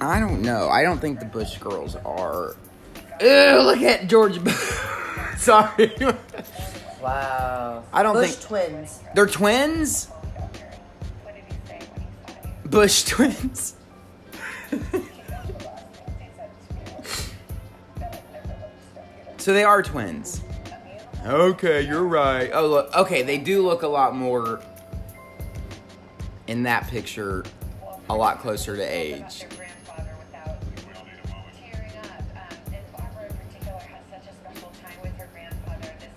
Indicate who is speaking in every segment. Speaker 1: I don't know. I don't think the Bush girls are. Ew, look at George. Bush. Sorry.
Speaker 2: Wow.
Speaker 1: I don't
Speaker 2: Bush
Speaker 1: think-
Speaker 2: twins.
Speaker 1: They're twins? Bush twins. so they are twins. Okay, you're right. Oh, look. Okay, they do look a lot more in that picture, a lot closer to age. Um,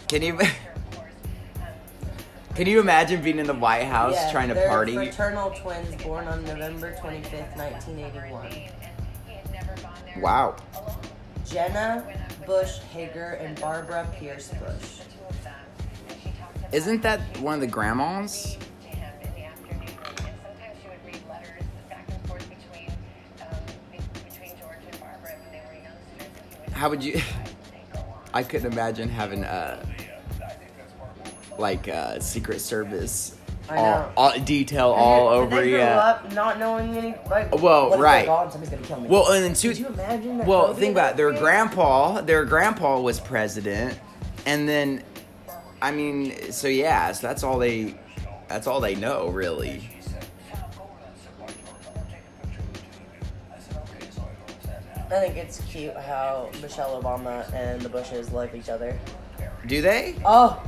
Speaker 1: Can you- Um, Can you imagine being in the White House
Speaker 2: Yeah,
Speaker 1: trying to
Speaker 2: they're
Speaker 1: party?
Speaker 2: Fraternal twins born on November 25th, 1981.
Speaker 1: Wow.
Speaker 2: Jenna Bush Hager and Barbara Pierce Bush.
Speaker 1: Isn't that one of the grandmas? um, How would you? I couldn't imagine having uh, like uh, Secret Service
Speaker 2: I
Speaker 1: all,
Speaker 2: know.
Speaker 1: all detail all
Speaker 2: Did
Speaker 1: over
Speaker 2: They
Speaker 1: you.
Speaker 2: grow up not knowing any. Like,
Speaker 1: Well,
Speaker 2: what if they're
Speaker 1: right.
Speaker 2: gone? Somebody's gonna kill me.
Speaker 1: Well, and then too.
Speaker 2: Could you imagine that?
Speaker 1: Well,
Speaker 2: movie?
Speaker 1: think about it. their grandpa. Their grandpa was president, and then, I mean, so yeah, so that's all they, that's all they know really.
Speaker 2: I think it's cute how Michelle Obama and the Bushes love each other.
Speaker 1: Do they?
Speaker 2: Oh,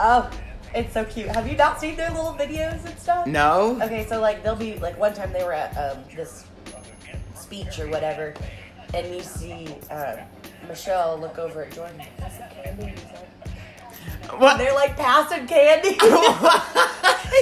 Speaker 2: oh, it's so cute. Have you not seen their little videos and stuff?
Speaker 1: No.
Speaker 2: Okay, so like they'll be like one time they were at um, this speech or whatever, and you see uh, Michelle look over at Jordan. "Pass some candy." He's like-
Speaker 1: What?
Speaker 2: And they're like passing candy.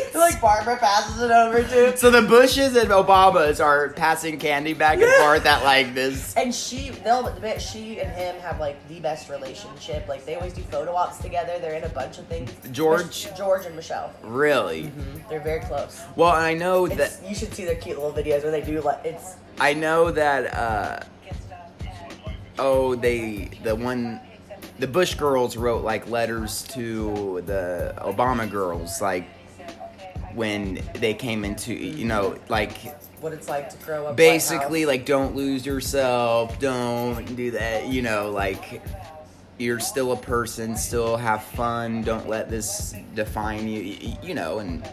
Speaker 2: like Barbara passes it over to.
Speaker 1: So the Bushes and Obamas are passing candy back and
Speaker 2: Yeah.
Speaker 1: forth at like this.
Speaker 2: And she, they'll admit she and him have like the best relationship. Like they always do photo ops together. They're in a bunch of things.
Speaker 1: George?
Speaker 2: George and Michelle.
Speaker 1: Really?
Speaker 2: They're very close.
Speaker 1: Well, and I know that
Speaker 2: It's, you should see their cute little videos where they do like it's
Speaker 1: I know that. uh Oh, they the one, the Bush girls wrote like letters to the Obama girls, like when they came into you know like
Speaker 2: what it's like to grow up.
Speaker 1: basically
Speaker 2: White House.
Speaker 1: like don't lose yourself don't do that you know like you're still a person still have fun don't let this define you y- y- you know and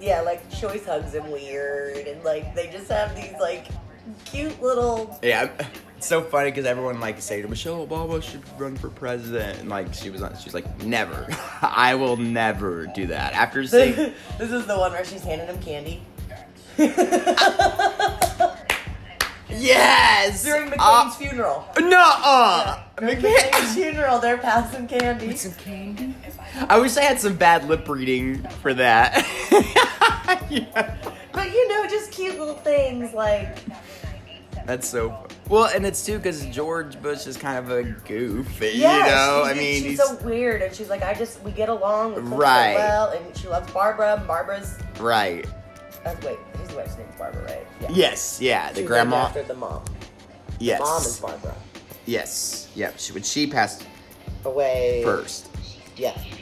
Speaker 2: yeah, like she always hugs him weird, and like they just have these like cute little.
Speaker 1: yeah it's so funny because everyone like say to michelle obama should run for president and like she was on she's like never i will never do that after seeing
Speaker 2: this is the one where she's handing him candy.
Speaker 1: yes
Speaker 2: During
Speaker 1: uh,
Speaker 2: McCain's funeral.
Speaker 1: no uh,
Speaker 2: During
Speaker 1: McCain-
Speaker 2: McCain's funeral, they're passing candy.
Speaker 1: i wish i had some bad lip reading for that Yeah.
Speaker 2: But you know, just cute little things like
Speaker 1: That's so. fu- Well, and it's too because George Bush is kind of a goof.
Speaker 2: yeah,
Speaker 1: you know,
Speaker 2: she's,
Speaker 1: I mean,
Speaker 2: she's
Speaker 1: he's
Speaker 2: so weird, and she's like, I just we get along, we click so
Speaker 1: Right.
Speaker 2: Well, and she loves Barbara. and Barbara's
Speaker 1: right.
Speaker 2: uh, wait, his wife's name's Barbara, right?
Speaker 1: Yes, yeah, the
Speaker 2: She's named
Speaker 1: grandma.
Speaker 2: after the mom.
Speaker 1: yes,
Speaker 2: Mom is Barbara.
Speaker 1: yes, yep. She, when she passed
Speaker 2: Away
Speaker 1: first,
Speaker 2: Yeah.